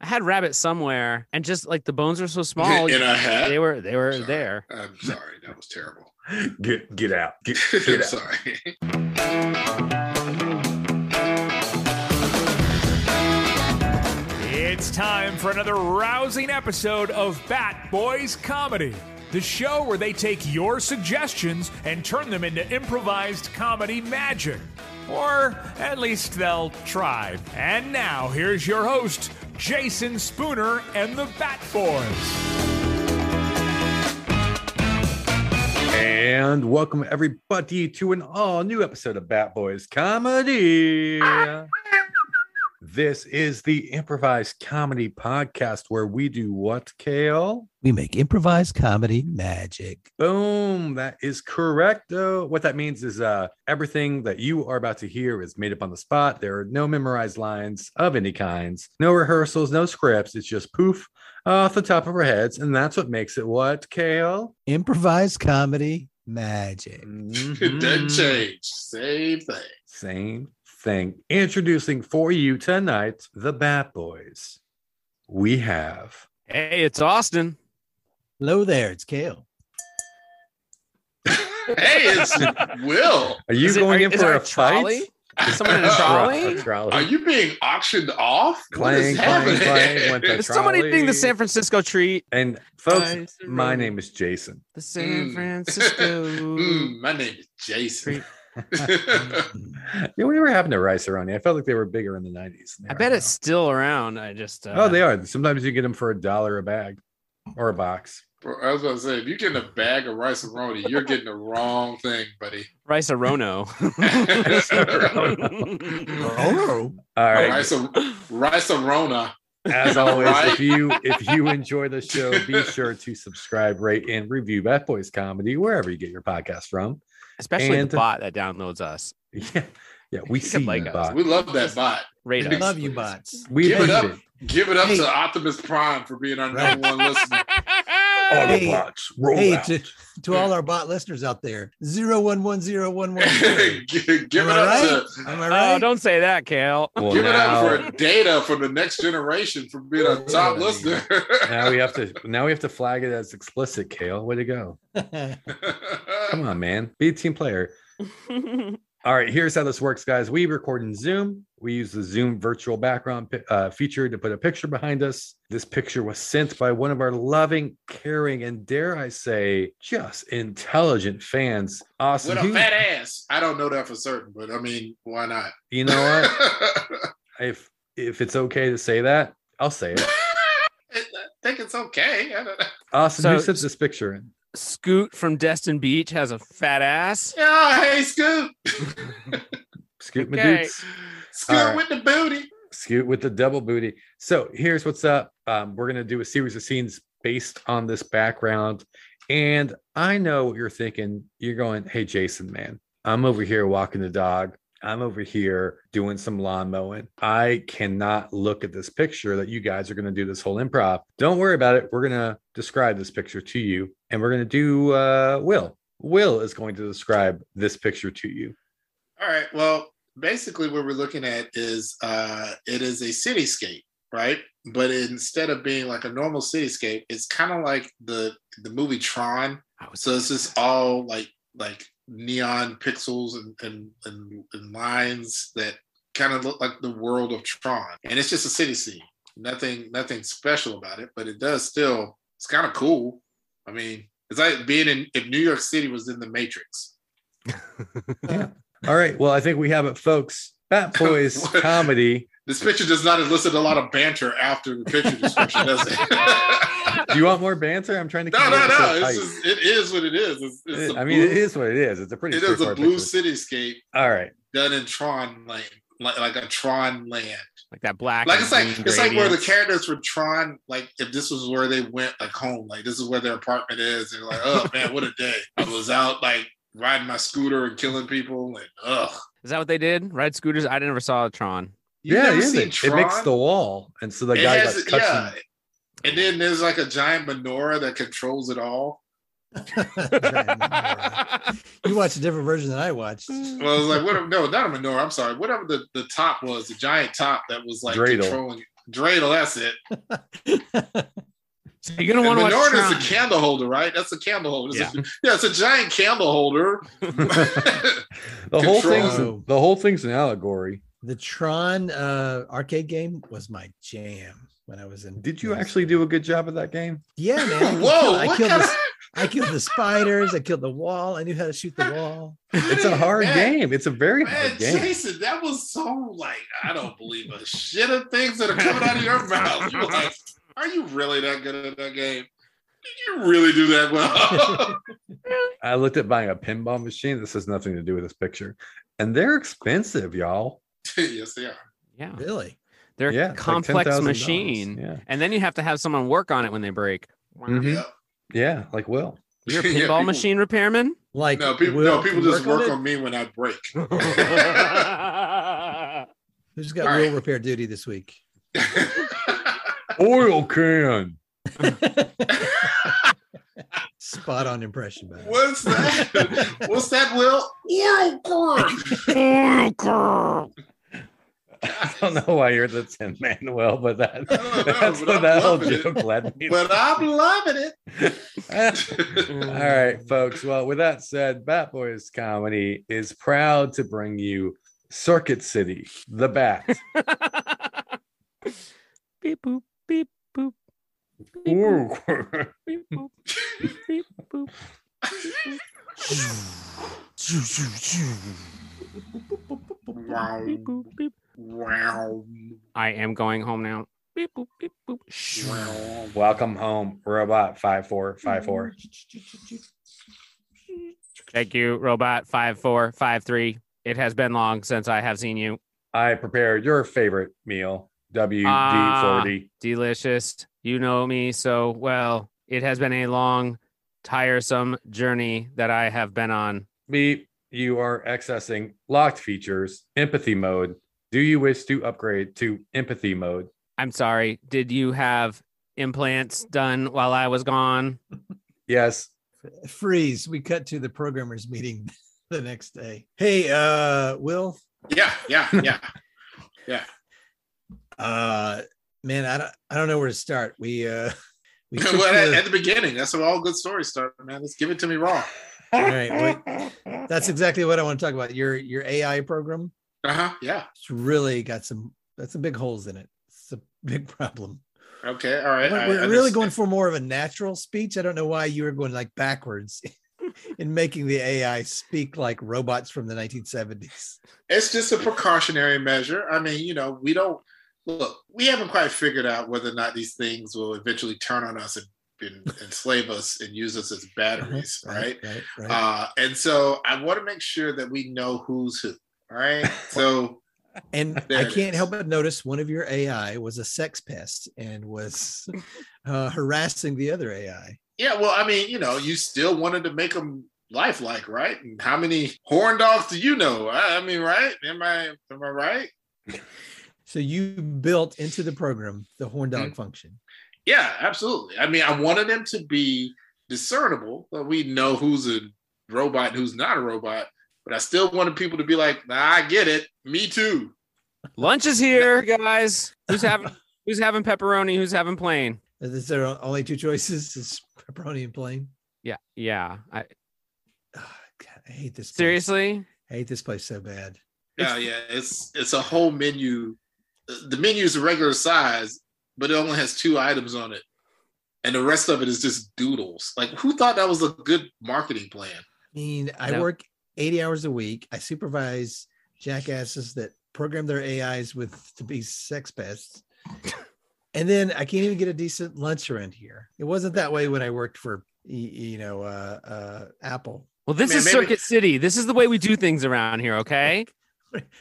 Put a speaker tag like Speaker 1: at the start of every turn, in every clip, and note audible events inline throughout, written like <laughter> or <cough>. Speaker 1: had rabbit somewhere, and just like the bones
Speaker 2: <laughs>
Speaker 1: were so small,
Speaker 2: in a hat.
Speaker 1: they were they were
Speaker 2: Sorry.
Speaker 1: there.
Speaker 3: <laughs>
Speaker 2: I'm sorry, that was terrible.
Speaker 4: Get get out. Get,
Speaker 2: I'm
Speaker 4: get out.
Speaker 2: sorry. <laughs>
Speaker 5: It's time for another rousing episode of Bat Boys Comedy, the show where they take your suggestions and turn them into improvised comedy magic. Or at least they'll try. And now, here's your host, Jason Spooner and the Bat Boys.
Speaker 4: And welcome everybody to an all new episode of Bat Boys Comedy. this is the improvised comedy podcast where we do what, Kale?
Speaker 3: We make improvised comedy magic.
Speaker 4: Boom, that is correct. Though what that means is uh everything that you are about to hear is made up on the spot. There are no memorized lines of any kinds, no rehearsals, no scripts. It's just poof off the top of our heads, and that's what makes it what, Kale?
Speaker 3: Improvised comedy magic.
Speaker 2: It didn't
Speaker 3: Mm.
Speaker 4: Mhm.
Speaker 2: change. Same thing. <laughs>
Speaker 4: Same thing. Introducing for you tonight the Bat Boys. We have
Speaker 1: Hey, it's Austin.
Speaker 3: Hello there,
Speaker 4: <laughs>
Speaker 3: it's Kale.
Speaker 2: hey, it's Will.
Speaker 4: Are you
Speaker 1: Is it-
Speaker 4: going
Speaker 1: are-
Speaker 4: in
Speaker 1: is
Speaker 4: for
Speaker 1: there
Speaker 4: a,
Speaker 1: a trolley?
Speaker 4: fight?
Speaker 1: Is someone in a
Speaker 4: <laughs> Tro-
Speaker 1: trolley?
Speaker 4: a trolley.
Speaker 2: Are you being auctioned off? what
Speaker 4: Clang,
Speaker 2: is
Speaker 4: clang,
Speaker 2: happening?
Speaker 4: clang. Went the
Speaker 1: Is somebody
Speaker 4: trolley.
Speaker 1: eating the San Francisco treat?
Speaker 4: And folks,
Speaker 1: I surrender.
Speaker 4: my name is Jason.
Speaker 1: The San
Speaker 2: Mm.
Speaker 1: Francisco.
Speaker 2: <laughs> <laughs> Mm, my name is Jason. <laughs>
Speaker 4: Oh. Yeah, whatever happened to Rice Aroni? I felt like they were bigger in the 90s. than they
Speaker 1: I
Speaker 4: are
Speaker 1: bet
Speaker 4: now.
Speaker 1: it's still around. I just uh,
Speaker 4: Oh, they are. Sometimes you get them for a dollar a bag or a box.
Speaker 2: Bro, I was going to say, if you're getting a bag of rice and roni, you're getting the wrong thing, buddy.
Speaker 1: rice
Speaker 4: <laughs>
Speaker 1: arono.
Speaker 3: Oh,
Speaker 4: All right.
Speaker 2: Rice and rice and rona.
Speaker 4: As always,
Speaker 2: Right?
Speaker 4: if you if you enjoy the show, be sure to subscribe, rate, and review Bat Boys Comedy wherever you get your podcast from.
Speaker 1: <laughs> Especially
Speaker 4: And-
Speaker 1: the bot that downloads us.
Speaker 4: <laughs> Yeah, yeah, we
Speaker 1: You
Speaker 4: see
Speaker 1: can like
Speaker 4: you,
Speaker 1: us.
Speaker 4: bot.
Speaker 2: We love that bot.
Speaker 1: Rate
Speaker 3: I
Speaker 1: us.
Speaker 3: love you, bots.
Speaker 4: We
Speaker 2: Give it up.
Speaker 4: appreciate
Speaker 2: Give it up
Speaker 3: Hey.
Speaker 2: to Optimus Prime for being our number one listener.
Speaker 1: <laughs>
Speaker 4: it. All the Oh,
Speaker 3: Hey.
Speaker 4: bots roll
Speaker 3: Hey,
Speaker 4: out.
Speaker 3: to, to all our bot listeners out there, zero one one zero one one. Am
Speaker 2: give <laughs> give it
Speaker 3: I
Speaker 2: up to
Speaker 3: right? Am I
Speaker 1: Oh,
Speaker 3: right?
Speaker 1: don't say that, Kale. <laughs>
Speaker 4: Well,
Speaker 2: Give
Speaker 4: now,
Speaker 2: it up for data for the next generation for being a top listener.
Speaker 4: now we have to now we have to flag it as explicit. Kale, way to go!
Speaker 2: <laughs>
Speaker 4: Come on, man, be a team player. All right, here's how this works, guys. We record in Zoom. We use the Zoom virtual background pi- uh, feature to put a picture behind us. This picture was sent by one of our loving, caring, and dare I say, just intelligent fans. Awesome.
Speaker 2: With a
Speaker 4: Who-
Speaker 2: fat ass. I don't know that for certain, but I mean, why not?
Speaker 4: you know what? if if it's okay to say that, I'll say it.
Speaker 2: <laughs> I think it's okay. I don't know.
Speaker 4: Austin, who
Speaker 1: So-
Speaker 4: sent this picture in?
Speaker 1: Scoot from Destin Beach has a fat ass.
Speaker 2: Yeah, Oh, hey, Scoot.
Speaker 4: Scoot
Speaker 1: Okay.
Speaker 4: Madoots.
Speaker 2: Scoot
Speaker 4: All right.
Speaker 2: with the booty.
Speaker 4: Scoot with the double booty. So here's what's up. Um, we're gonna do a series of scenes based on this background, and I know what you're thinking. You're going, "Hey, Jason, man, I'm over here walking the dog. I'm over here doing some lawn mowing. I cannot look at this picture that you guys are gonna do this whole improv. Don't worry about it. We're gonna describe this picture to you, and we're gonna do uh, Will. Will is going to describe this picture to you.
Speaker 2: All right. Well, basically, what we're looking at is uh, it is a cityscape, right? But instead of being like a normal cityscape, it's kind of like the the movie Tron.
Speaker 1: I was
Speaker 2: So it's just all like like neon pixels and and and, and lines that kind of look like the world of Tron, and it's just a city scene. Nothing nothing special about it, but it does still. It's kind of cool. I mean, it's like being in if New York City was in the Matrix.
Speaker 4: All right. Well, I think we have it, folks.
Speaker 2: <laughs>
Speaker 4: Bat Boys
Speaker 2: What?
Speaker 4: comedy.
Speaker 2: This picture does not elicit a lot of banter after the picture description, does it? <laughs>
Speaker 4: Do you want more banter? I'm trying to.
Speaker 2: no,
Speaker 4: keep
Speaker 2: no,
Speaker 4: it so
Speaker 2: no.
Speaker 4: tight.
Speaker 2: It's just, it is what it is. It's, it's
Speaker 4: It-
Speaker 2: a
Speaker 4: I mean,
Speaker 2: blue,
Speaker 4: it is what it is. It's a pretty.
Speaker 2: it is a
Speaker 4: straightforward
Speaker 2: blue
Speaker 4: picture.
Speaker 2: cityscape
Speaker 4: All right.
Speaker 2: done in Tron land, like, like a Tron land.
Speaker 1: like that black.
Speaker 2: Like
Speaker 1: and
Speaker 2: it's like
Speaker 1: green
Speaker 2: it's like where the
Speaker 1: gradients.
Speaker 2: characters from Tron, like if this was where they went, like home, like this is where their apartment is, and like, oh man, what a day! <laughs> I was out like riding my scooter and killing people, and ugh.
Speaker 1: Is that what they did? Ride scooters. I never saw a
Speaker 4: <laughs>
Speaker 1: Tron. <laughs>
Speaker 2: You've
Speaker 4: yeah,
Speaker 2: never
Speaker 4: it is.
Speaker 2: seen
Speaker 4: It, it makes
Speaker 2: Tron?
Speaker 4: the wall, and so the
Speaker 2: It
Speaker 4: guy
Speaker 2: has-
Speaker 4: like, cuts.
Speaker 2: yeah.
Speaker 4: him-
Speaker 2: And then there's like a giant menorah that controls it all.
Speaker 3: <laughs> you watched a different version than
Speaker 4: <laughs>
Speaker 3: I watched.
Speaker 2: Well, it was like what? No, not a menorah. I'm sorry. Whatever the, the top was, the giant top that was like
Speaker 4: Dreidel.
Speaker 2: controlling. dreidel. That's it.
Speaker 1: So you're gonna
Speaker 2: And
Speaker 1: want to watch
Speaker 2: Minority
Speaker 1: Tron.
Speaker 2: is a candle holder, right? That's a candle holder. It's
Speaker 1: Yeah.
Speaker 2: a- yeah, it's a giant candle
Speaker 4: <laughs>
Speaker 2: holder. <laughs>
Speaker 4: The whole thing's
Speaker 3: Control.
Speaker 4: the whole thing's an allegory.
Speaker 3: the Tron uh, arcade game was my jam when I was in.
Speaker 4: Did you
Speaker 3: middle
Speaker 4: actually
Speaker 3: school.
Speaker 4: do a good job of that game?
Speaker 3: Yeah,
Speaker 4: <laughs>
Speaker 3: man. I
Speaker 2: Whoa!
Speaker 3: killed- I
Speaker 2: what
Speaker 3: killed,
Speaker 2: kind
Speaker 3: the,
Speaker 2: of,
Speaker 3: I killed the spiders. I killed the wall. I knew how to shoot the wall.
Speaker 4: <laughs> It's a hard
Speaker 2: Man,
Speaker 4: game. It's a very
Speaker 2: Man,
Speaker 4: hard game.
Speaker 2: Jason, that was so like I don't believe a shit of things that are coming out of your mouth. You were like, are you really that good at that game? Did you really do that well? <laughs>
Speaker 4: I looked at buying a pinball machine. This has nothing to do with this picture, and they're expensive, y'all.
Speaker 2: yes, they are.
Speaker 1: Yeah,
Speaker 3: Really?
Speaker 1: they're a
Speaker 4: yeah, it's like
Speaker 1: complex
Speaker 4: $10,000.
Speaker 1: machine,
Speaker 4: Yeah,
Speaker 1: and then you have to have someone work on it when they break.
Speaker 4: Mhm.
Speaker 2: Yeah.
Speaker 4: yeah, like
Speaker 2: <laughs>
Speaker 4: Will.
Speaker 1: You're a
Speaker 2: Yeah,
Speaker 1: pinball
Speaker 2: people-
Speaker 1: machine repairman.
Speaker 2: <laughs>
Speaker 1: <laughs>
Speaker 3: Like
Speaker 2: No, people.
Speaker 3: Will
Speaker 2: no, people
Speaker 3: can
Speaker 2: just work on,
Speaker 3: it?
Speaker 2: me when I break. <laughs>
Speaker 3: Who's got
Speaker 2: All
Speaker 3: real
Speaker 2: right.
Speaker 3: repair duty this week?
Speaker 4: Oil can.
Speaker 3: Spot on impression, man.
Speaker 2: What's that? What's that? Will oral quirk.
Speaker 4: I don't know why you're the Tin Manuel, but that,
Speaker 2: I
Speaker 4: <laughs>
Speaker 2: don't know,
Speaker 4: that's
Speaker 2: but
Speaker 4: what
Speaker 2: I'm
Speaker 4: that whole
Speaker 2: loving it.
Speaker 4: joke led me.
Speaker 2: But I'm loving it.
Speaker 4: <laughs> All right, folks. Well, with that said, Bat Boys Comedy is proud to bring you Circuit City,
Speaker 2: <laughs>
Speaker 4: the Bat,
Speaker 1: beep boop beep boop
Speaker 4: Ooh. <laughs>
Speaker 1: beep boop beep boop.
Speaker 2: wow.
Speaker 1: Beep, boop, beep.
Speaker 2: Wow.
Speaker 1: I am going home now. Beep boop beep boop. Shh.
Speaker 2: Wow.
Speaker 4: Welcome Home, Robot 5454.
Speaker 2: Mm-hmm.
Speaker 1: Thank you, robot five four five three. It has been long since I have seen you.
Speaker 4: I prepared your favorite meal,
Speaker 1: Ah.
Speaker 4: WD40.
Speaker 1: Delicious. You know me so well. It has been a long, tiresome journey that I have been on.
Speaker 4: Beep. You are accessing locked features, empathy mode. Do you wish to upgrade to empathy mode?
Speaker 1: I'm sorry. Did you have implants done while I was gone?
Speaker 4: Yes.
Speaker 3: Freeze. We cut to the programmers meeting <laughs> the next day. Hey, uh, Will,
Speaker 2: Yeah, yeah, yeah.
Speaker 3: uh, man, I don't, I don't know where to start. We, uh, <laughs> we took
Speaker 2: well, at,
Speaker 3: the-
Speaker 2: at the beginning, that's how all good stories start, man. Let's give it to me raw.
Speaker 3: all right, wait. that's exactly what I want to talk about. Your, your AI program.
Speaker 2: Uh huh. Yeah.
Speaker 3: It's really got some, that's some big holes in it. It's a big <laughs> problem.
Speaker 2: Okay. All right.
Speaker 3: We're,
Speaker 2: I-
Speaker 3: we're
Speaker 2: I
Speaker 3: really
Speaker 2: just-
Speaker 3: going for more of a natural speech. I don't know why you were going like backwards <laughs> in making the AI speak like robots from the 1970s.
Speaker 2: It's just a precautionary measure. I mean, you know, we don't look. We haven't quite figured out whether or not these things will eventually turn on us and, and enslave us and use us as batteries, right?
Speaker 3: Uh-huh. Right. Right.
Speaker 2: Uh, and so I want to make sure that we know who's who. All right. So <laughs>
Speaker 3: and
Speaker 2: there
Speaker 3: I
Speaker 2: it
Speaker 3: can't
Speaker 2: is.
Speaker 3: help but notice one of your AI was a sex pest and was uh, harassing the other AI.
Speaker 2: yeah, well, I mean, you know, you still wanted to make them lifelike, right? And how many horn dogs do you know? I, I mean, right? Am I am I right?
Speaker 3: So you built into the program the horn dog
Speaker 2: Mm.
Speaker 3: function.
Speaker 2: Yeah, absolutely. I mean, I wanted them to be discernible, but we know who's a robot and who's not a robot. But I still wanted people to be like, nah, I get it. Me too.
Speaker 1: Lunch is here, guys. Who's <laughs> having who's having pepperoni? Who's having plain?
Speaker 3: Is there only two choices? Is pepperoni and plain?
Speaker 1: Yeah, yeah. I,
Speaker 3: Ah, God, I hate this. place.
Speaker 1: seriously,
Speaker 3: I hate this place so bad.
Speaker 2: Yeah, yeah. It's it's a whole menu. The menu is a regular size, but it only has two items on it. And the rest of it is just doodles. Like who thought that was a good marketing plan?
Speaker 3: I mean, I
Speaker 1: No.
Speaker 3: work 80 hours a week. I supervise jackasses that program their AIs with to be sex pests. And then I can't even get a decent lunch around here. It wasn't that way when I worked for y- you know uh uh Apple.
Speaker 1: Well, this
Speaker 2: Man,
Speaker 1: is
Speaker 2: maybe-
Speaker 1: Circuit City. This is the way we do things around here, okay?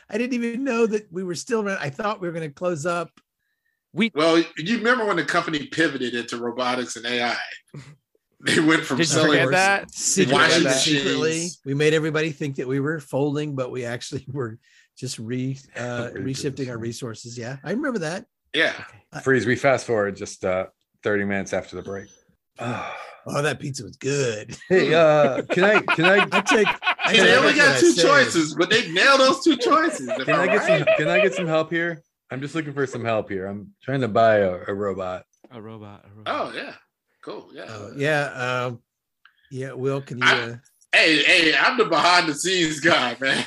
Speaker 3: I didn't even know that we were still around. I thought we were going to close up.
Speaker 2: Well, you remember when the company pivoted into robotics and AI? They went from
Speaker 1: Did you
Speaker 2: selling
Speaker 1: forget that?
Speaker 2: Washing
Speaker 3: Secretly,
Speaker 2: machines.
Speaker 3: secretly, we made everybody think that we were folding, but we actually <laughs> were just re uh, reshifting our resources. Yeah, I remember that.
Speaker 2: Yeah.
Speaker 4: Freeze, we fast forward just uh, 30 minutes after
Speaker 2: <sighs>
Speaker 4: the break. Ah.
Speaker 3: Oh, that pizza was good.
Speaker 4: <sighs> hey, uh, can I can
Speaker 2: <laughs>
Speaker 4: I
Speaker 3: I take
Speaker 2: Hey,
Speaker 3: I take
Speaker 2: they only
Speaker 3: everything
Speaker 2: got
Speaker 3: I
Speaker 2: two
Speaker 3: said.
Speaker 2: choices, but they nailed those two choices. Am
Speaker 4: Can
Speaker 2: I
Speaker 4: I get
Speaker 2: right?
Speaker 4: some? Can I get some help here? I I'm just looking for some help here. I'm trying to buy a, a robot.
Speaker 1: A robot. A robot.
Speaker 2: Oh yeah, cool. Yeah.
Speaker 3: Oh, yeah. Um, yeah. Will, can you?
Speaker 2: I-
Speaker 3: Uh,
Speaker 2: Hey, hey, I'm the behind the scenes guy, <laughs> man.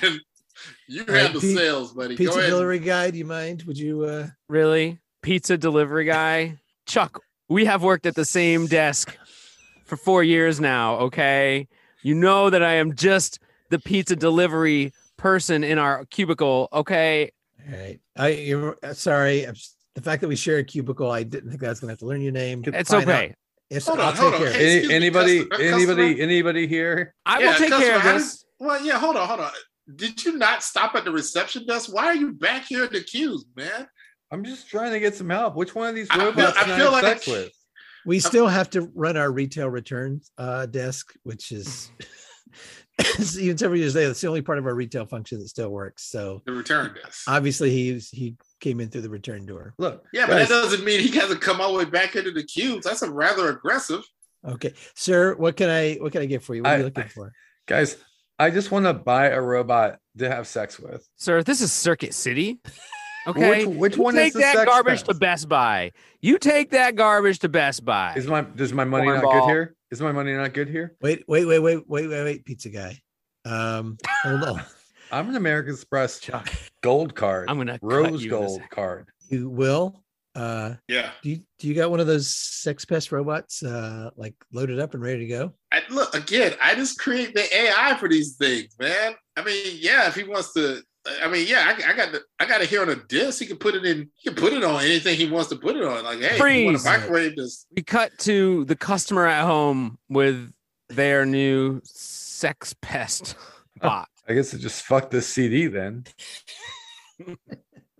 Speaker 2: You
Speaker 3: All right,
Speaker 2: handle
Speaker 3: Pete-
Speaker 2: sales, buddy. Go
Speaker 3: pizza
Speaker 2: ahead.
Speaker 3: delivery guy, do you mind? Would you? Uh,
Speaker 1: Really? Pizza delivery guy? Chuck, we have worked at the same desk for four years now, okay? You know that I am just the pizza delivery person in our cubicle, okay?
Speaker 3: all right. I. You're, uh, sorry. I'm, s- the fact that we share a cubicle, I didn't think I was going to have to learn your name.
Speaker 1: It's
Speaker 3: Fine, I'll-
Speaker 4: uh,
Speaker 1: okay.
Speaker 3: Yes,
Speaker 2: Hold on,
Speaker 3: I'll
Speaker 2: hold
Speaker 3: take
Speaker 2: on.
Speaker 3: care. of it.
Speaker 4: Any,
Speaker 2: Excuse me,
Speaker 4: anybody,
Speaker 2: customer-
Speaker 4: anybody,
Speaker 2: customer?
Speaker 4: anybody here?
Speaker 1: I
Speaker 2: Yeah,
Speaker 1: will take care of
Speaker 2: customer, I
Speaker 1: this.
Speaker 2: Well, yeah. Hold on, hold on. Did you not stop at the reception desk? Why are you back here in the queues, man?
Speaker 4: I'm just trying to get some help. Which one of these
Speaker 2: I feel-
Speaker 4: robots
Speaker 2: I
Speaker 4: can I,
Speaker 2: feel
Speaker 4: have
Speaker 2: like-
Speaker 4: sex with?
Speaker 3: We still have to run our retail returns uh, desk, which is <laughs> even several years later. That's the only part of our retail function that still works. So
Speaker 2: The return desk.
Speaker 3: obviously, he's he came in through the return door.
Speaker 4: Look,
Speaker 2: yeah, but that
Speaker 4: guys,
Speaker 2: doesn't mean he hasn't come all the way back into the queues. That's a rather aggressive.
Speaker 3: Okay, sir. What can I what can I get for you? What are
Speaker 4: I-
Speaker 3: you looking for?
Speaker 4: guys, I just want to buy a robot to have sex with.
Speaker 1: Sir, this is Circuit City. Okay.
Speaker 4: <laughs> Which, which
Speaker 1: You
Speaker 4: one
Speaker 1: take
Speaker 4: is the
Speaker 1: that
Speaker 4: sex
Speaker 1: garbage
Speaker 4: pest?
Speaker 1: to Best Buy. You take that garbage to Best Buy.
Speaker 4: Is my does my money not
Speaker 1: Cornball.
Speaker 4: good here? Is my money not good here?
Speaker 3: Wait, wait, wait, wait, wait, wait, wait, pizza guy. Um, hold <laughs> on.
Speaker 4: I'm an American Express gold card.
Speaker 1: I'm gonna cut
Speaker 4: rose
Speaker 1: you in a
Speaker 4: gold
Speaker 1: second.
Speaker 4: card.
Speaker 3: You will. Uh,
Speaker 2: Yeah.
Speaker 3: do you, do you got one of those sex pest robots uh like loaded up and ready to go?
Speaker 2: I, look again. I just create the AI for these things, man. I mean, yeah, if he wants to, I mean, yeah, I, I got, the, I got it here on a disc. He can put it in. He can put it on anything he wants to put it on. Like, hey, if you want
Speaker 1: Freeze.
Speaker 2: to microwave this?
Speaker 1: we cut to the customer at home with their new sex <laughs> pest bot.
Speaker 4: I guess it just fucked this CD then.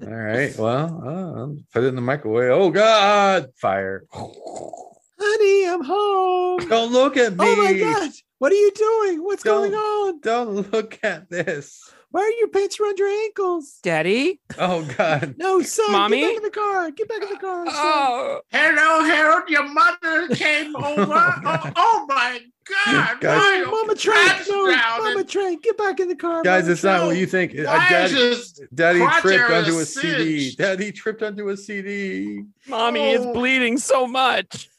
Speaker 4: All right. Well, uh, I'll put it in the microwave. Oh God, fire!
Speaker 3: Honey, I'm home.
Speaker 4: Don't look at me.
Speaker 3: Oh my god, what are you doing? What's going on?
Speaker 4: Don't look at this.
Speaker 3: Why are your pants around your ankles?
Speaker 1: Daddy?
Speaker 4: Oh God.
Speaker 3: No, son,
Speaker 1: Mommy?
Speaker 3: get back in the car. Get back in the car. son.
Speaker 1: Oh,
Speaker 2: Hello, Harold. Your mother came over. oh,
Speaker 4: God.
Speaker 2: oh my God,
Speaker 4: Guys-
Speaker 2: why are your
Speaker 3: Mama Trank,
Speaker 2: crotch
Speaker 3: no,
Speaker 2: down
Speaker 3: Mama
Speaker 2: and-
Speaker 3: Trank, get back in the car.
Speaker 4: Guys,
Speaker 3: Mama
Speaker 4: it's not what
Speaker 3: Trank.
Speaker 4: you think. Uh,
Speaker 2: Why is
Speaker 4: Daddy,
Speaker 2: this?
Speaker 4: Daddy
Speaker 2: crotch
Speaker 4: tripped
Speaker 2: area
Speaker 4: onto a CD.
Speaker 2: singed?
Speaker 4: Daddy tripped onto a CD.
Speaker 1: mommy is
Speaker 2: Oh.
Speaker 1: bleeding so much.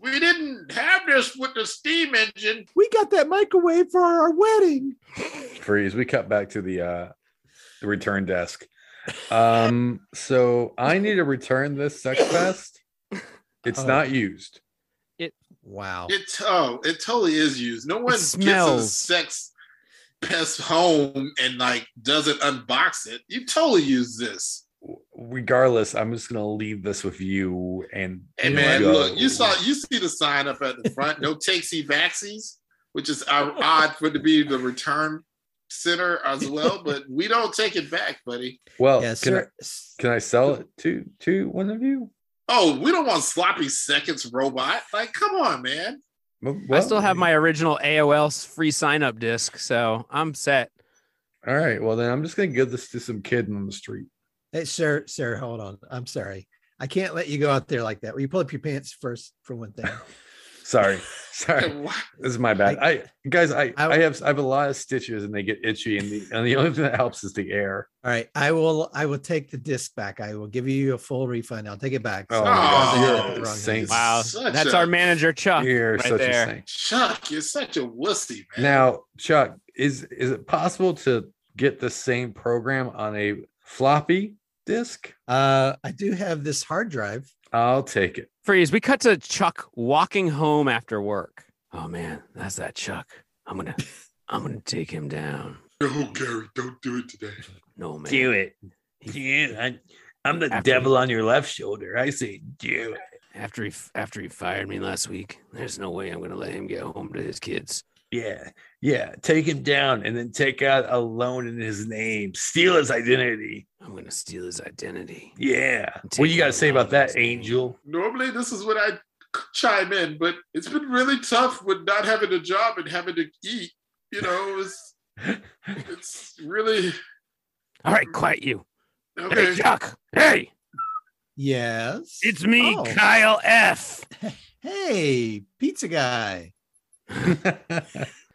Speaker 2: We didn't have this with the steam engine.
Speaker 3: We got that microwave for our wedding.
Speaker 4: freeze we cut back to the uh the return desk um so i need to return this sex vest it's
Speaker 1: Uh,
Speaker 3: Oh.
Speaker 4: not used
Speaker 3: Wow.
Speaker 2: It oh, it totally is used. No one gets a
Speaker 1: smells.
Speaker 2: sex pest home and like doesn't unbox it. You totally use this.
Speaker 4: W- regardless i'm just gonna leave this with you and
Speaker 2: And
Speaker 3: You
Speaker 2: man,
Speaker 3: go.
Speaker 2: look, you saw you see the sign up at the front, <laughs> no takesy backsies, which is uh, odd for it to be the return center as well, but <laughs> we don't take it back, buddy.
Speaker 4: well
Speaker 3: Yes,
Speaker 4: can, I,
Speaker 3: sir. S-
Speaker 4: can i sell it to to one of you
Speaker 2: Oh, we don't want sloppy seconds robot. Like, come on, man.
Speaker 4: M-
Speaker 1: I
Speaker 4: well,
Speaker 1: still have my original AOL 's free sign up disc, so I'm set.
Speaker 4: all right well then i'm just gonna give this to some kid on the street
Speaker 3: Hey, sir, sir, hold on. I'm sorry. I can't let you go out there like that. Will you pull up your pants first, for one thing?
Speaker 4: sorry <laughs> sorry
Speaker 2: <laughs> Why-
Speaker 4: this is my bad i guys i
Speaker 3: I-
Speaker 4: i, have i have a lot of stitches and they get itchy and the, and the only thing that helps is the air
Speaker 3: All right, I will. I will take the disc back. I will give you a full refund. I'll take it back.
Speaker 4: Oh,
Speaker 3: Sorry, I
Speaker 2: you're
Speaker 3: did
Speaker 2: a
Speaker 3: it wrong.
Speaker 4: saint.
Speaker 1: Wow.
Speaker 2: Such
Speaker 1: That's
Speaker 2: a-
Speaker 1: our manager, Chuck.
Speaker 4: You're
Speaker 1: Ah, right
Speaker 4: such
Speaker 1: there.
Speaker 4: a saint
Speaker 2: Chuck, you're such a wussy, man.
Speaker 4: Now, Chuck, is is it possible to get the same program on a floppy disk?
Speaker 3: Uh, I do have this hard drive.
Speaker 4: I'll take it.
Speaker 1: Freeze, we cut to Chuck walking home after work. Oh man, that's that Chuck. I'm gonna I'm gonna take him down.
Speaker 2: No, Gary, don't do it today.
Speaker 1: No man.
Speaker 6: it. Yeah, I, I'm the
Speaker 1: After-
Speaker 6: devil on your left shoulder. I say, do it.
Speaker 1: after he after he fired me last week. There's no way I'm gonna let him get home to his kids.
Speaker 6: Yeah, yeah. Take him down and then take out a loan in his name. Steal his identity.
Speaker 1: I'm gonna steal his identity.
Speaker 6: Yeah.
Speaker 1: Take
Speaker 6: What do you got
Speaker 1: out
Speaker 6: to
Speaker 1: a
Speaker 6: say
Speaker 1: loan
Speaker 6: about
Speaker 1: in his
Speaker 6: that,
Speaker 1: name.
Speaker 6: Angel?
Speaker 2: normally this is when I chime in, but it's been really tough with not having a job and having to eat. You know, it's
Speaker 4: <laughs>
Speaker 2: it's really
Speaker 1: All right, quiet you. Hey,
Speaker 2: okay.
Speaker 1: Chuck. Hey,
Speaker 3: Yes,
Speaker 1: it's me,
Speaker 3: Oh.
Speaker 1: Kyle F.
Speaker 3: Hey, pizza guy. <laughs>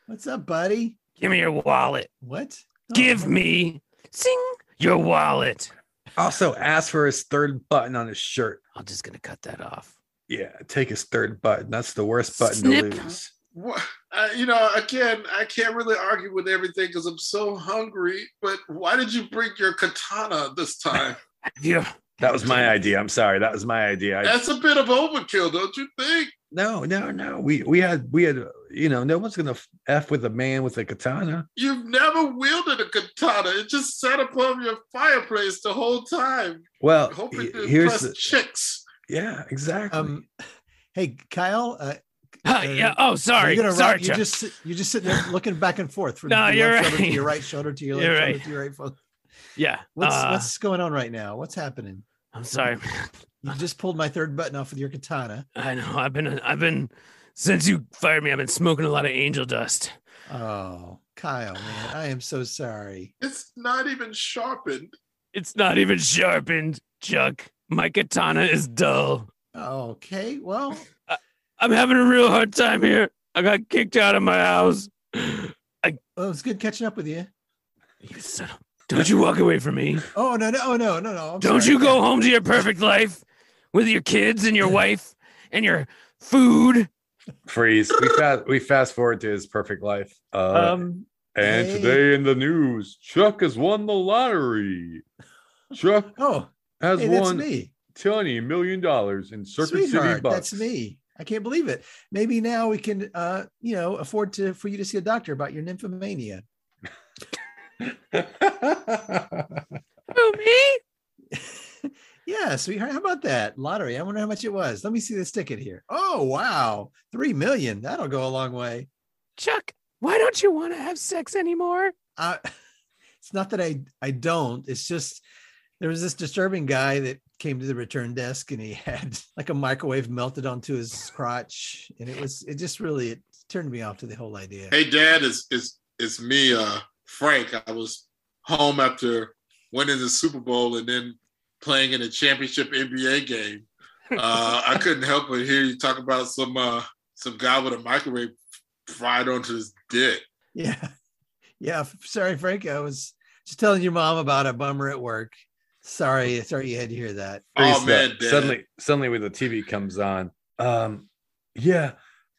Speaker 3: What's up, buddy?
Speaker 1: Give me your wallet.
Speaker 3: What? Oh,
Speaker 1: Give me sing your wallet.
Speaker 4: Also, ask for his third button on his shirt.
Speaker 1: I'm just gonna cut that off.
Speaker 4: Yeah, take his third button. That's the worst button
Speaker 1: Snip.
Speaker 4: to lose.
Speaker 2: What, uh, you know, again, I can't really argue with everything because I'm so hungry. But why did you bring your katana this time?
Speaker 1: Have you?
Speaker 4: That was my idea. I'm sorry. That was my idea. <laughs> I-
Speaker 2: That's a bit of overkill, don't you think?
Speaker 4: no, no, no. We we had we had uh, you know no one's gonna f with a man with a katana.
Speaker 2: You've never wielded a katana. It just sat upon your fireplace the whole time,
Speaker 4: Well,
Speaker 2: hoping
Speaker 4: Uh, he-
Speaker 2: to
Speaker 4: here's
Speaker 2: impress
Speaker 4: the,
Speaker 2: chicks.
Speaker 4: yeah, exactly.
Speaker 3: Um, hey, Kyle. Uh,
Speaker 1: Huh, yeah. Oh, sorry.
Speaker 3: You're, gonna
Speaker 1: sorry,
Speaker 3: rock- you're
Speaker 1: Chuck.
Speaker 3: just sit- you're just sitting there looking back and forth from
Speaker 1: No,
Speaker 3: your
Speaker 1: you're
Speaker 3: left shoulder
Speaker 1: right.
Speaker 3: to your right shoulder to your left
Speaker 1: You're
Speaker 3: shoulder
Speaker 1: right.
Speaker 3: to your right foot.
Speaker 1: yeah.
Speaker 3: What's
Speaker 1: uh,
Speaker 3: what's going on right now? What's happening?
Speaker 1: I'm sorry.
Speaker 3: You just pulled my third button off with your katana.
Speaker 1: I know. I've been. I've been. Since you fired me, I've been smoking a lot of angel dust.
Speaker 3: Oh, Kyle, man, I am so sorry.
Speaker 2: It's not even sharpened.
Speaker 1: It's not even sharpened, Chuck. My katana is dull.
Speaker 3: Okay, well,
Speaker 1: I'm having a real hard time here. I got kicked out of my house. <sighs>
Speaker 3: well, it's good catching up with you.
Speaker 1: You son of, don't you walk away from me.
Speaker 3: Oh no, no, oh, no, no, no. I'm
Speaker 1: Don't
Speaker 3: sorry.
Speaker 1: you go home to your perfect life with your kids and your wife and your food.
Speaker 3: <laughs>
Speaker 4: Freeze. We fast we fast forward to his perfect life. Uh,
Speaker 1: Um,
Speaker 4: and
Speaker 3: hey.
Speaker 4: today in the news, Chuck has won the lottery. Chuck
Speaker 3: Oh,
Speaker 4: has
Speaker 3: hey, that's
Speaker 4: won
Speaker 3: me,
Speaker 4: twenty million dollars in Circuit City
Speaker 3: sweetheart.
Speaker 4: bucks.
Speaker 3: That's me. I can't believe it. Maybe now we can, uh, you know, afford to for you to see a doctor about your nymphomania.
Speaker 4: <laughs>
Speaker 1: Who me?
Speaker 3: Yeah, sweetheart. How about that lottery? I wonder how much it was. Let me see this ticket here. Oh wow, three million. That'll go a long way.
Speaker 1: Chuck, why don't you want to have sex anymore?
Speaker 3: I, it's not that I I don't. It's just there was this disturbing guy that came to the return desk and he <laughs> had like a microwave melted onto his crotch, and it was it just really it turned me off to the whole idea.
Speaker 2: Hey, Dad, it's it's it's me, uh, Frank. I was home after winning the Super Bowl and then playing in a championship NBA game. Uh, <laughs> I couldn't help but hear you talk about some uh, some guy with a microwave fried onto his dick.
Speaker 3: Yeah, <laughs> yeah. f- Sorry, Frank. I was just telling your mom about a bummer at work. Sorry, sorry you had to hear that.
Speaker 2: Oh
Speaker 4: Freeze
Speaker 2: man,
Speaker 4: that.
Speaker 2: Dad.
Speaker 4: suddenly suddenly when the TV comes on. Um yeah.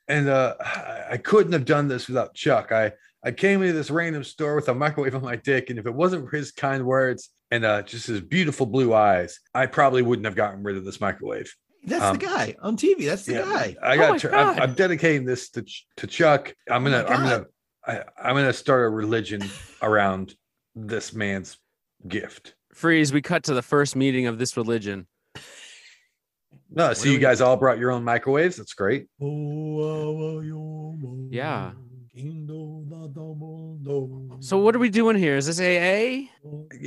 Speaker 4: And uh I I couldn't have done this without Chuck. I I came into this random store with a microwave on my dick, and if it wasn't for his kind words and uh just his beautiful blue eyes, I probably wouldn't have gotten rid of this microwave.
Speaker 3: That's
Speaker 4: Um,
Speaker 3: the guy on TV. That's the guy.
Speaker 4: I
Speaker 1: Oh
Speaker 4: got
Speaker 1: my
Speaker 4: Chuck- I'm,
Speaker 1: God.
Speaker 4: I'm dedicating this to Ch- to Chuck. I'm
Speaker 3: Oh my
Speaker 4: gonna I'm gonna
Speaker 3: God.
Speaker 4: I, I'm gonna start a religion around this man's gift.
Speaker 1: Freeze, we cut to the first meeting of this religion.
Speaker 4: No,
Speaker 1: What
Speaker 4: so
Speaker 1: do
Speaker 4: you
Speaker 1: we-
Speaker 4: guys all brought your own microwaves. That's great.
Speaker 1: Yeah. So, what are we doing here? Is this AA?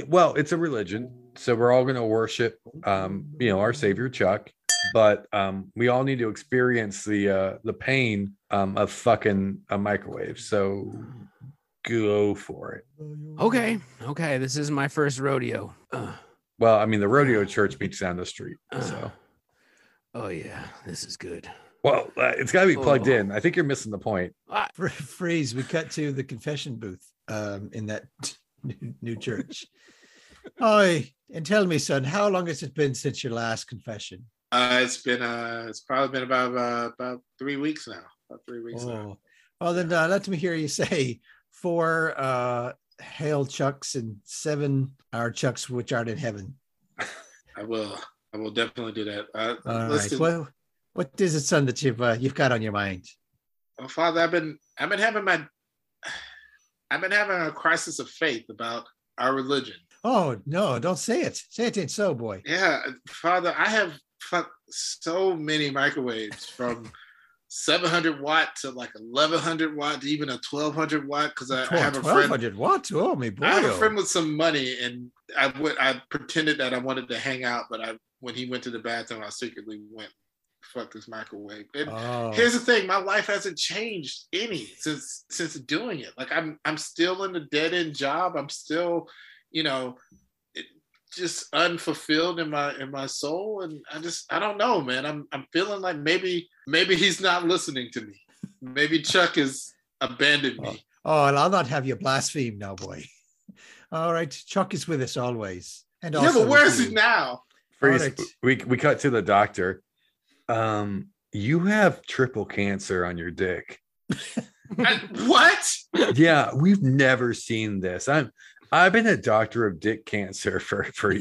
Speaker 4: well it's a religion so we're all going to worship um you know our savior chuck but um we all need to experience the uh the pain um of fucking a microwave so go for it
Speaker 1: Okay, okay, this is my first rodeo. Uh,
Speaker 4: well i mean the rodeo church meets down the street
Speaker 1: uh,
Speaker 4: so
Speaker 1: Oh, yeah, this is good.
Speaker 4: well uh, it's got to be plugged
Speaker 1: Oh.
Speaker 4: in i think you're missing the point
Speaker 3: Fr- Freeze. We cut to the confession booth um, in that <laughs> new, new church. Hi, and tell me, son, how long has it been since your last confession?
Speaker 2: Uh, it's been uh, it's probably been about uh, about three weeks now. About three weeks now.
Speaker 3: Oh, well, then uh, let me hear you say four uh, hail chucks and seven our chucks which aren't in heaven.
Speaker 2: I will. I will definitely do that. Uh,
Speaker 3: All right.
Speaker 2: listen,
Speaker 3: Well, what is it, son, that you've uh, you've got on your mind?
Speaker 2: oh, Father, I've been I've been having my I've been having a crisis of faith about our religion.
Speaker 3: Oh no, don't say it. Say it ain't so, boy.
Speaker 2: Yeah, Father, I have fucked so many microwaves
Speaker 3: <laughs>
Speaker 2: from 700 watt to like 1100 watt, to even a 1200 watt. Because I, I have a
Speaker 3: Twelve
Speaker 2: friend.
Speaker 3: hundred watts. Oh, me boy.
Speaker 2: I had a friend with some money, and I would I pretended that I wanted to hang out, but I when he went to the bathroom, I secretly went fuck this microwave. And
Speaker 3: Oh.
Speaker 2: here's the thing: my life hasn't changed any since since doing it. Like I'm I'm still in the dead end job. I'm still, you know, it, just unfulfilled in my in my soul, and I just I don't know, man. I'm I'm feeling like maybe maybe he's not listening to me. Maybe Chuck has abandoned me.
Speaker 3: <laughs> Oh, and I'll not have you blaspheme now, boy. All right, Chuck is with us always. And
Speaker 2: yeah,
Speaker 3: also
Speaker 2: but where is
Speaker 3: with
Speaker 2: he
Speaker 3: you.
Speaker 2: now?
Speaker 4: Freeze.
Speaker 3: Product.
Speaker 4: We we cut to the doctor. Um, you have triple cancer on your dick.
Speaker 2: I, what?
Speaker 4: yeah, we've never seen this. I'm I've been a doctor of dick cancer for for uh,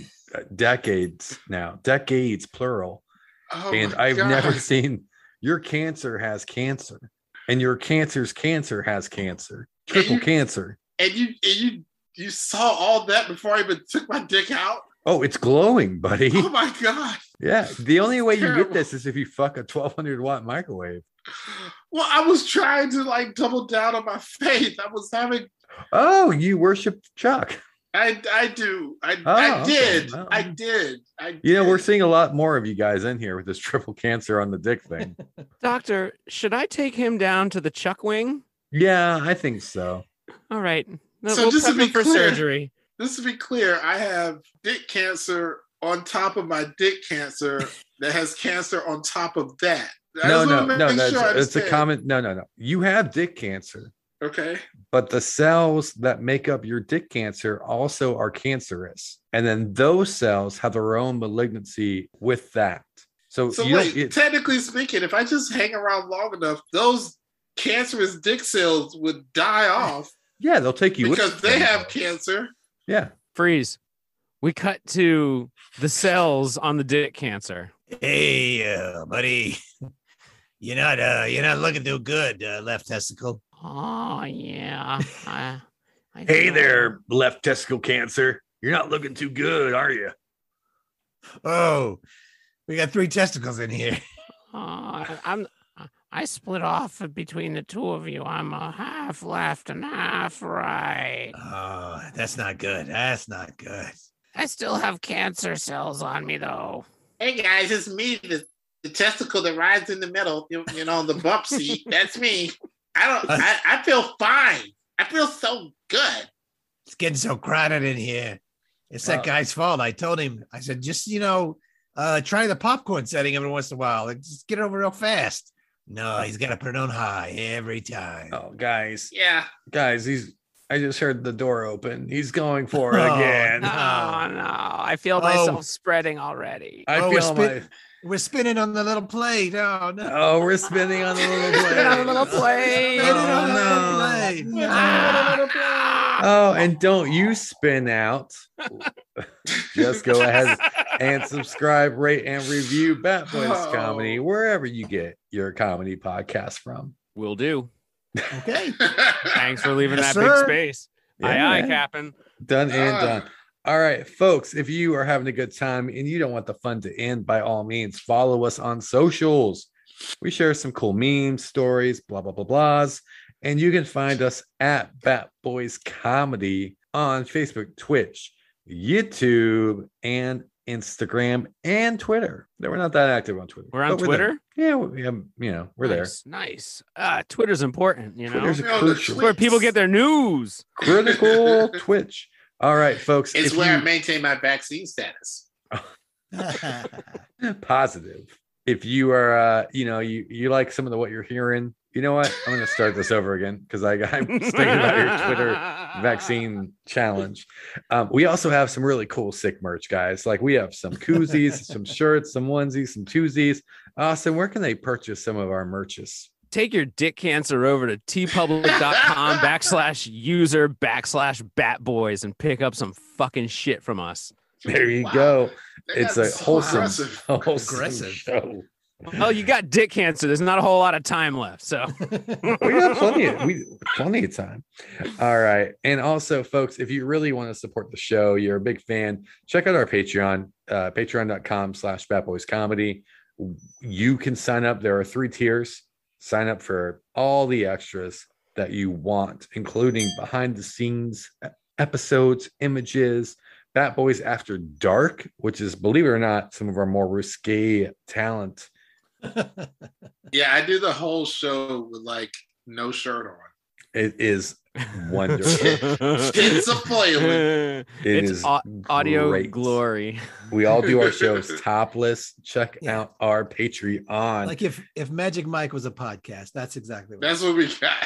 Speaker 4: decades now, decades plural,
Speaker 2: Oh
Speaker 4: and
Speaker 2: my
Speaker 4: I've never
Speaker 2: God.
Speaker 4: seen your cancer has cancer, and your cancer's cancer has cancer,
Speaker 2: And you- <laughs>
Speaker 4: triple cancer.
Speaker 2: And you and you you saw all that before I even took my dick out.
Speaker 4: Oh, it's glowing, buddy.
Speaker 2: Oh my god.
Speaker 4: Yeah, the only way you get
Speaker 2: terrible.
Speaker 4: this is if you fuck a 1200 watt microwave.
Speaker 2: Well, I was trying to like double down on my <laughs> faith. I was having
Speaker 4: Oh, you worship Chuck.
Speaker 2: I I do. I
Speaker 4: Oh,
Speaker 2: I
Speaker 4: okay.
Speaker 2: did.
Speaker 4: Well.
Speaker 2: I did. I
Speaker 4: You know,
Speaker 2: did.
Speaker 4: we're seeing a lot more of you guys in here with this triple cancer on the
Speaker 2: <laughs>
Speaker 4: dick thing.
Speaker 1: Doctor, should I take him down to the Chuck Wing?
Speaker 4: yeah, I think so.
Speaker 1: All right.
Speaker 2: So
Speaker 1: we'll
Speaker 2: just to
Speaker 1: prep
Speaker 2: be
Speaker 1: him for
Speaker 2: clear-
Speaker 1: surgery.
Speaker 2: Just to be clear, I have dick cancer on top of my dick
Speaker 4: <laughs>
Speaker 2: cancer that has cancer on top of that. I
Speaker 4: no,
Speaker 2: just
Speaker 4: no,
Speaker 2: wanna
Speaker 4: no,
Speaker 2: make
Speaker 4: no.
Speaker 2: sure I
Speaker 4: it's, it's a
Speaker 2: understand.
Speaker 4: common. No, no, no. You have dick cancer,
Speaker 2: Okay.
Speaker 4: but the cells that make up your dick cancer also are cancerous, and then those cells have their own malignancy with that. So,
Speaker 2: So
Speaker 4: you
Speaker 2: wait,
Speaker 4: don't, it,
Speaker 2: technically speaking, if I just hang around long enough, those cancerous dick cells would die off
Speaker 4: yeah, they'll take you with
Speaker 2: because
Speaker 4: them.
Speaker 2: they have cancer.
Speaker 4: Yeah,
Speaker 1: Freeze. We cut to the cells on the dick cancer.
Speaker 3: Hey, uh, buddy. <laughs> You're not uh you're not looking too good, uh, left testicle.
Speaker 1: Oh <laughs> yeah. I, I
Speaker 6: Hey
Speaker 1: know.
Speaker 6: there, left testicle cancer. You're not looking too good, are you?
Speaker 3: Oh, we got three testicles in here. <laughs>
Speaker 1: Oh, I- I'm I split off between the two of you. I'm a half left and half right.
Speaker 3: Oh, that's not good. That's not good.
Speaker 1: I still have cancer cells on me though.
Speaker 2: Hey guys, it's me, the, the testicle that rides in the middle, you, you know, the
Speaker 4: <laughs>
Speaker 2: bump seat. That's me. I don't. I, I feel fine. I feel so good.
Speaker 3: It's getting so crowded in here. It's
Speaker 2: Uh,
Speaker 4: Wow.
Speaker 3: that guy's fault. I told him, I said, just you know, uh try the popcorn setting every once in a while. Like, just get over real fast. No, he's gotta put it on high every time.
Speaker 6: Oh, guys,
Speaker 2: Yeah.
Speaker 6: guys, he's. I just heard the door open. He's going for
Speaker 3: Oh,
Speaker 6: it again.
Speaker 1: Oh no, I feel
Speaker 3: Oh.
Speaker 1: myself spreading already.
Speaker 6: I
Speaker 3: Oh, we're
Speaker 6: feel my.
Speaker 3: spin- We're spinning on the little plate. Oh no.
Speaker 6: Oh, we're spinning on the little
Speaker 3: <laughs>
Speaker 1: Spin on the <laughs>
Speaker 6: <laughs>
Speaker 1: little
Speaker 6: plate.
Speaker 1: plate.
Speaker 3: Spinning on the
Speaker 6: no.
Speaker 3: plate. Ah,
Speaker 4: Oh, and don't you
Speaker 2: <laughs>
Speaker 4: spin out. Just go <laughs> ahead and subscribe, rate, and review
Speaker 1: <laughs>
Speaker 4: Bat Boys
Speaker 2: Oh.
Speaker 4: Comedy wherever you get your comedy podcast from.
Speaker 1: Will do.
Speaker 3: Okay.
Speaker 1: Thanks for leaving
Speaker 3: Yes,
Speaker 1: that big
Speaker 3: sir.
Speaker 1: space.
Speaker 4: Yeah,
Speaker 1: aye aye,
Speaker 4: man.
Speaker 1: Captain.
Speaker 4: Done and
Speaker 2: Ah. <laughs>
Speaker 4: done. All right, folks, if you are having a good time and you don't want the fun to end, by all means, follow us on socials. We share some cool memes, stories, blah, blah, blah, blahs. And you can find us at Bat Boys Comedy on Facebook, Twitch, YouTube, and Instagram and Twitter. No, we're not that active on Twitter.
Speaker 1: We're on
Speaker 4: but there.
Speaker 1: Twitter.
Speaker 4: Yeah, we, um, you know,
Speaker 2: <laughs>
Speaker 4: we're
Speaker 1: nice, there. Nice. Uh, Twitter's important, you know.
Speaker 4: Twitter's
Speaker 2: Well, the
Speaker 4: crucial.
Speaker 1: It's where people get their news.
Speaker 4: <laughs> there. Critical Twitch. All right, folks.
Speaker 2: It's
Speaker 4: if
Speaker 2: where I
Speaker 4: you-
Speaker 2: maintain my vaccine status.
Speaker 4: <laughs> positive. If you are, uh, you know, you you like some of the what you're hearing, you know what? I'm gonna start this over again because I <laughs> I'm thinking about
Speaker 1: <laughs>
Speaker 4: your Twitter vaccine challenge. Um, we also have some really cool sick merch, guys. Like we have some
Speaker 2: <laughs>
Speaker 4: koozies, some shirts, some onesies, some twosies. Austin, where can they purchase some of our merches?
Speaker 1: Take your dick cancer over to
Speaker 4: <laughs>
Speaker 1: tpublic.com backslash user backslash batboys and pick up some fucking shit from us.
Speaker 4: There you
Speaker 2: Wow.
Speaker 4: go.
Speaker 2: That
Speaker 4: It's
Speaker 2: got
Speaker 4: a
Speaker 2: so
Speaker 4: wholesome,
Speaker 2: aggressive.
Speaker 4: wholesome
Speaker 3: Aggressive.
Speaker 4: show.
Speaker 1: Well, Oh, you got dick cancer. There's not a whole lot of time left.
Speaker 4: <laughs>
Speaker 1: So
Speaker 4: we got
Speaker 1: <laughs>
Speaker 4: plenty of we plenty of time. All right. And also, folks, if you really want to support the show, you're a big fan, check out our Patreon, uh, patreon.com slash Bat Boys Comedy. You can sign up. There are three tiers. Sign up for all the extras that you want, including behind the scenes episodes, images, Bat Boys After Dark, which is, believe it or not, some of our more risque talent.
Speaker 2: Yeah, I do the whole show with like no shirt
Speaker 4: <laughs>
Speaker 2: on.
Speaker 4: It
Speaker 1: <laughs>
Speaker 4: is wonderful.
Speaker 2: It's
Speaker 4: <laughs>
Speaker 2: a playlist.
Speaker 1: it's
Speaker 4: is
Speaker 1: au- audio
Speaker 4: great.
Speaker 1: glory. <laughs>
Speaker 4: We all do our shows topless. Check
Speaker 3: Yeah.
Speaker 4: out our Patreon.
Speaker 3: <laughs> like if if Magic Mike was a podcast, that's exactly what
Speaker 2: That's what we got.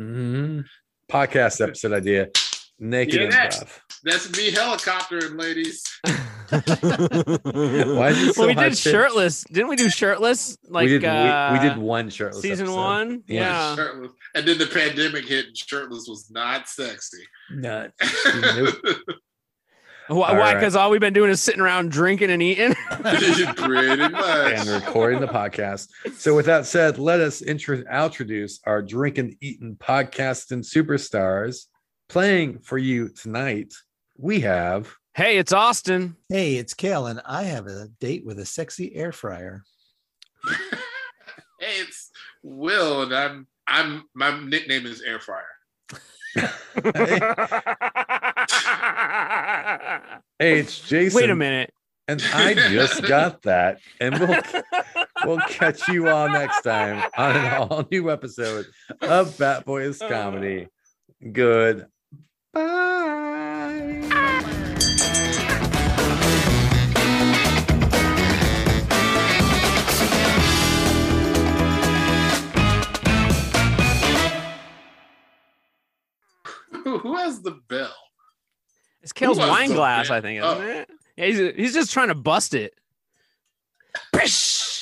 Speaker 4: Mhm. Podcast Mm-hmm. episode idea. naked
Speaker 2: Yeah,
Speaker 4: and
Speaker 2: next.
Speaker 4: rough.
Speaker 2: That's me helicoptering, ladies.
Speaker 1: <laughs> Why
Speaker 4: is it so
Speaker 1: well, we
Speaker 4: hot
Speaker 1: did
Speaker 4: shit?
Speaker 1: shirtless. Didn't we do shirtless? Like
Speaker 4: we did
Speaker 1: uh,
Speaker 4: we, we did one shirtless
Speaker 1: season
Speaker 4: episode.
Speaker 1: one.
Speaker 4: Yeah.
Speaker 1: Yeah.
Speaker 2: Shirtless. And then the pandemic hit, and shirtless was not sexy.
Speaker 4: Nut.
Speaker 1: Why?
Speaker 4: All
Speaker 1: Why?
Speaker 4: right.
Speaker 1: Because all we've been doing is sitting around drinking and eating.
Speaker 2: <laughs>
Speaker 1: <laughs>
Speaker 2: Pretty
Speaker 4: and
Speaker 2: much.
Speaker 4: recording the podcast. So, with that said, let us intro- introduce our drink and eating podcast and superstars playing for you tonight. We have
Speaker 1: hey, it's Austin.
Speaker 3: Hey, it's Cal, and I have a date with a sexy air fryer.
Speaker 2: Hey, <laughs> it's Will, and I'm I'm my nickname is Air Fryer.
Speaker 4: H. Jason.
Speaker 1: Wait a minute.
Speaker 4: And I just got that. And we'll we'll catch you all next time on an all new episode of Bat Boys Comedy. Good. Bye.
Speaker 2: Who has the bell?
Speaker 1: It's Kale's
Speaker 2: Who was
Speaker 1: wine
Speaker 2: the
Speaker 1: glass,
Speaker 2: man?
Speaker 1: I think,
Speaker 2: Oh.
Speaker 1: isn't it? Yeah, he's, he's just trying to bust it. Pish!